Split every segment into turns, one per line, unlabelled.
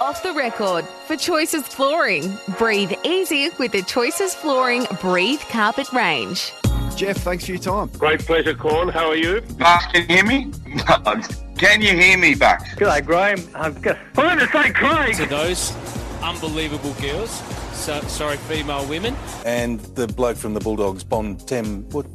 Off the record for Choices Flooring. Breathe easy with the Choices Flooring Breathe Carpet range.
Jeff, thanks for your time.
Great pleasure, Corn. How are you?
Buck, can you hear me? can you hear me, Buck?
G'day, Graham. I'm going to say Craig.
to those unbelievable girls. So, sorry, female women.
and the bloke from the Bulldogs, Bon Tem, what,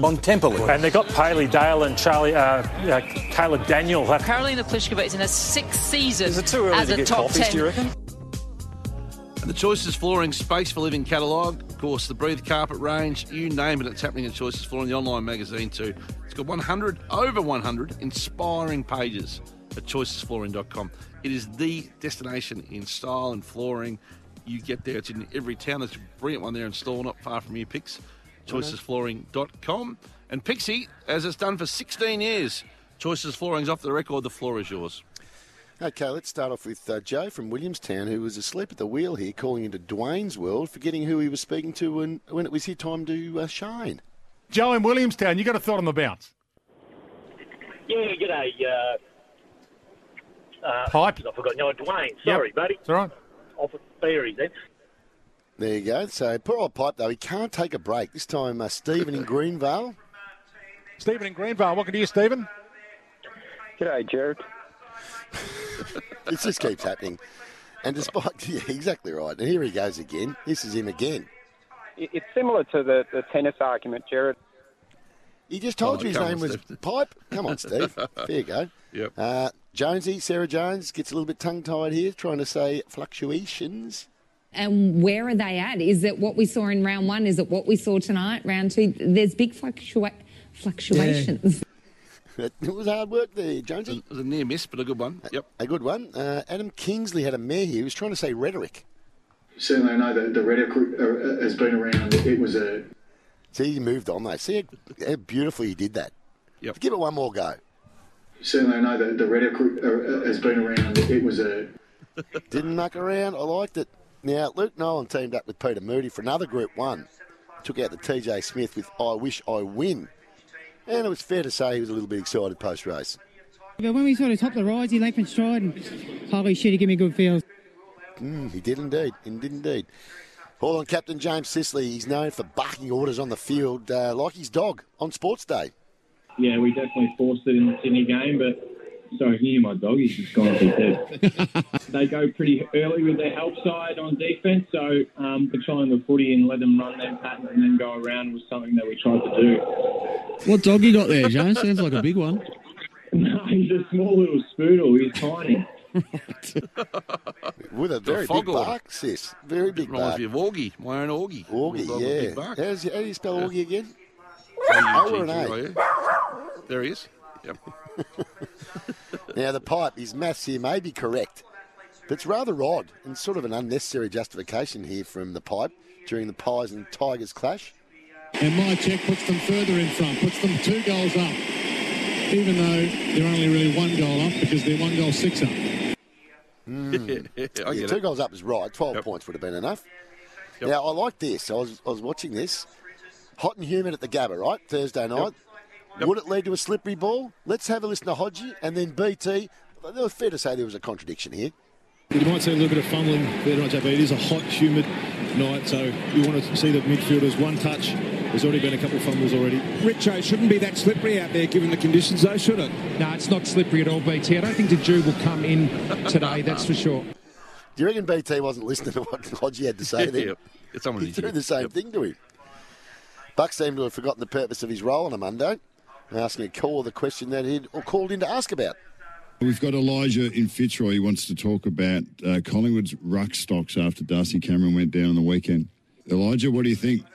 Bon Temple.
And they got Paley Dale and Charlie, uh, uh, Caleb Daniel. Have
Carolina Pliskova is in her sixth season
Is it too early
as
to
a
get
top
coffees,
10.
do you reckon?
The Choices Flooring Space for Living catalogue, of course, the Breathe Carpet range, you name it, it's happening at Choices Flooring, the online magazine too. It's got 100, over 100 inspiring pages at choicesflooring.com. It is the destination in style and flooring. You get there, it's in every town. There's a brilliant one there in store, not far from you, Pix. Choicesflooring.com. And Pixie, as it's done for 16 years, Choices Flooring's off the record, the floor is yours.
Okay, let's start off with uh, Joe from Williamstown, who was asleep at the wheel here, calling into Dwayne's world, forgetting who he was speaking to when, when it was his time to uh, shine.
Joe in Williamstown, you got a thought on the bounce.
Yeah, g'day. Uh, uh,
Pipe.
I forgot. No, Dwayne. Sorry,
Yep.
buddy.
It's all right.
Off of Berries then.
There you go. So poor old Pipe, though, he can't take a break. This time, uh, Stephen in Greenvale.
Stephen in Greenvale, welcome to you, Stephen.
G'day, Jared.
It just keeps happening. And despite, yeah, exactly right. And here he goes again. This is him again.
It's similar to the, the tennis argument, Jared.
He just told
Oh,
you his
come
name
on,
was
Steve.
Pipe. Come on, Steve. there you go.
Yep.
Uh, Jonesy, Sarah Jones gets a little bit tongue tied here, trying to say fluctuations.
And where are they at? Is it what we saw in round one? Is it what we saw tonight, round two? There's big fluctua- fluctuations.
It was hard work there, Jonesy.
It was a near miss, but a good one. Yep.
A good one. Uh, Adam Kingsley had a mare here. He was trying to say rhetoric.
Certainly, I know that the rhetoric uh, has been around. It was a
See, he moved on though. See how, how beautifully he did that.
Yep.
Give it one more go.
certainly, I know that the rhetoric uh, has been around. It was a
Didn't muck around. I liked it. Now, Luke Nolan teamed up with Peter Moody for another Group 1. Took out the TJ Smith with I Wish I Win. And it was fair to say he was a little bit excited post race.
But when we sort of topped the rides, he left in stride and holy shit, he gave me good feels.
Mm, He did indeed. He did indeed. All on Captain James Sisley. He's known for barking orders on the field uh, like his dog on sports day.
Yeah, we definitely forced it in the Sydney game, but sorry, can you hear my dog? He's just gone off his head. they go pretty early with their help side on defence, so um, controlling the footy and let them run their patterns and then go around was something that we tried to do.
what dog you got there, Jones? Sounds like a big one.
No, he's a small little spoodle. He's tiny.
With a very big
Foggle.
bark, sis. Very big
Reminds
bark.
me of Augie, my own Augie.
Augie,
Bulldog with a big
yeah.
bark.
How's, how do you spell Augie again?
Oh,
we're an eight.
yeah. There he is. Yep.
Now, the pipe, his maths here may be correct, but it's rather odd and sort of an unnecessary justification here from the pipe during the Pies and Tigers clash.
And my check puts them further in front, puts them two goals up, even though they're only really one goal up because they're one goal six up.
I
Hmm. Yeah,
get
two
it.
goals up is right. 12
Yep.
points would have been enough. Now, I like this. I was, I was watching this. Hot and humid at the Gabba, right? Thursday night. Would it lead to a slippery ball? Let's have a listen to Hodgie and then BT. It was fair to say there was a contradiction here.
You might see a little bit of fumbling there tonight, JP. It is a hot, humid night, so you want to see the midfielders one touch. There's already been a couple of fumbles already. Richo shouldn't be that slippery out there given the conditions, though, should it?
No, it's not slippery at all, BT. I don't think the Jew will come in today, that's for sure.
Do you reckon BT wasn't listening to what Hodgie had to say there?
Yep. It's someone
He
who's
threw the same thing to him. Buck seemed to have forgotten the purpose of his role on a Monday, asking a caller the question that he'd or called in to ask about.
We've got Elijah in Fitzroy. He wants to talk about uh, Collingwood's ruck stocks after Darcy Cameron went down on the weekend. Elijah, what do you think?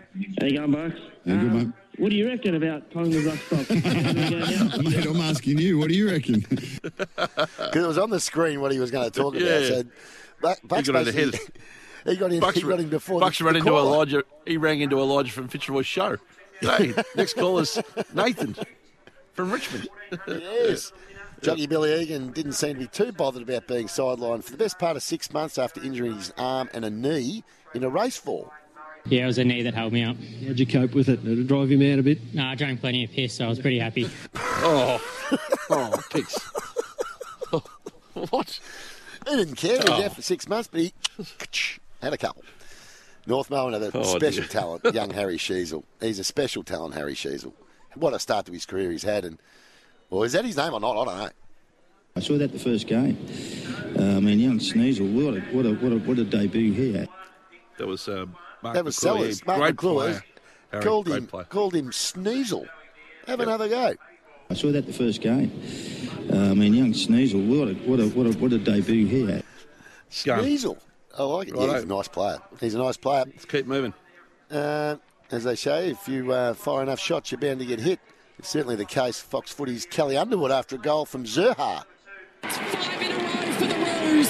How you going, Bucks?
Yeah, good, mate.
What do you reckon about Collingwood rough stop?
Mate, I'm asking you. What do you reckon?
Because it was on the screen what he was going to talk about.
Uh. Yeah.
So Buck, Buck's
got in ahead.
basically- he got in.
Bucks,
he got in before.
Bucks
the-
ran
the
into
caller.
Elijah. He rang into Elijah from Fitzroy show. Hey, next call is Nathan from Richmond.
Yes. Jockey Billy Egan didn't seem to be too bothered about being sidelined for the best part of six months after injuring his arm and a knee in a race fall.
Yeah, it was a knee that held me up.
How'd you cope with it? Did it drive him out a bit?
No, I drank plenty of piss, so I was pretty happy.
Oh, oh, pigs. what?
He didn't care. He was
Oh.
out for six months, but he had a couple. North Melbourne have a
Oh,
special
dear.
talent, young Harry Sheasel. He's a special talent, Harry Sheasel. What a start to his career he's had. And, well, is that his name or not? I don't know.
I saw that the first game. Uh, I mean, young Sneasel, what a, what a, what a, what a debut he had.
That was uh, Mark
That was
McClure.
Sellers.
Yeah,
Mark
great
McClure
player. Harry,
called
great
him,
player.
called him Sneasel. Have another go.
I saw that the first game. Uh, I mean, young Sneasel, what a, what a, what a, what a debut he had.
Sneasel. I like it. Yeah, he's a
Righto.
nice player. He's a nice player. Let's
keep moving.
Uh, as they say, if you uh, fire enough shots, you're bound to get hit. It's certainly the case. Fox Footy's Kelly Underwood after a goal from Zerha.
for the Roos.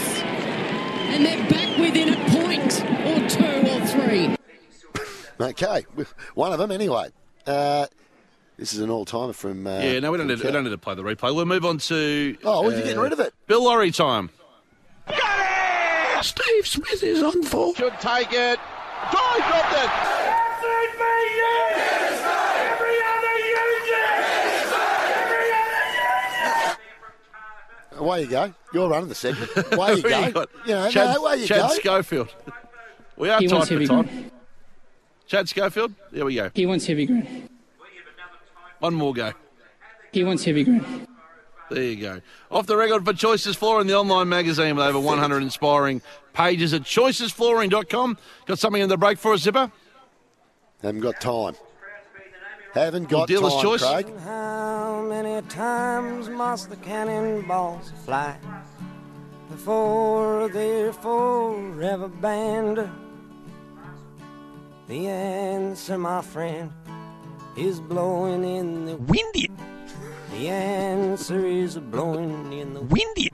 And they're back within a point or two or three.
Okay, one of them anyway. Uh, this is an all-timer from. Uh,
yeah, no, we don't, need, we don't need Uh, to play the replay. We'll move on to.
Oh, well, you're getting rid of it.
Bill Laurie time.
Steve Smith is on for. Should take it. Guy dropped it.
Away you go. You're running the segment. Away you
Who
go.
you got?
You know,
Chad,
no, away you
Chad
go.
Schofield. We are
He
tight
wants
for
heavy
time. Chad Schofield, there we go.
He wants heavy ground.
One more go.
He wants heavy ground.
There you go. Off the record for Choices Flooring, the online magazine with over 100 inspiring pages at choicesflooring.com. Got something in the break for us, Zipper?
Haven't got time. Haven't got
dealer's
time,
choice.
Craig.
How many times must the cannonballs fly before they're forever banned? The answer, my friend, is blowing in the windy. The answer is blowing in the windy.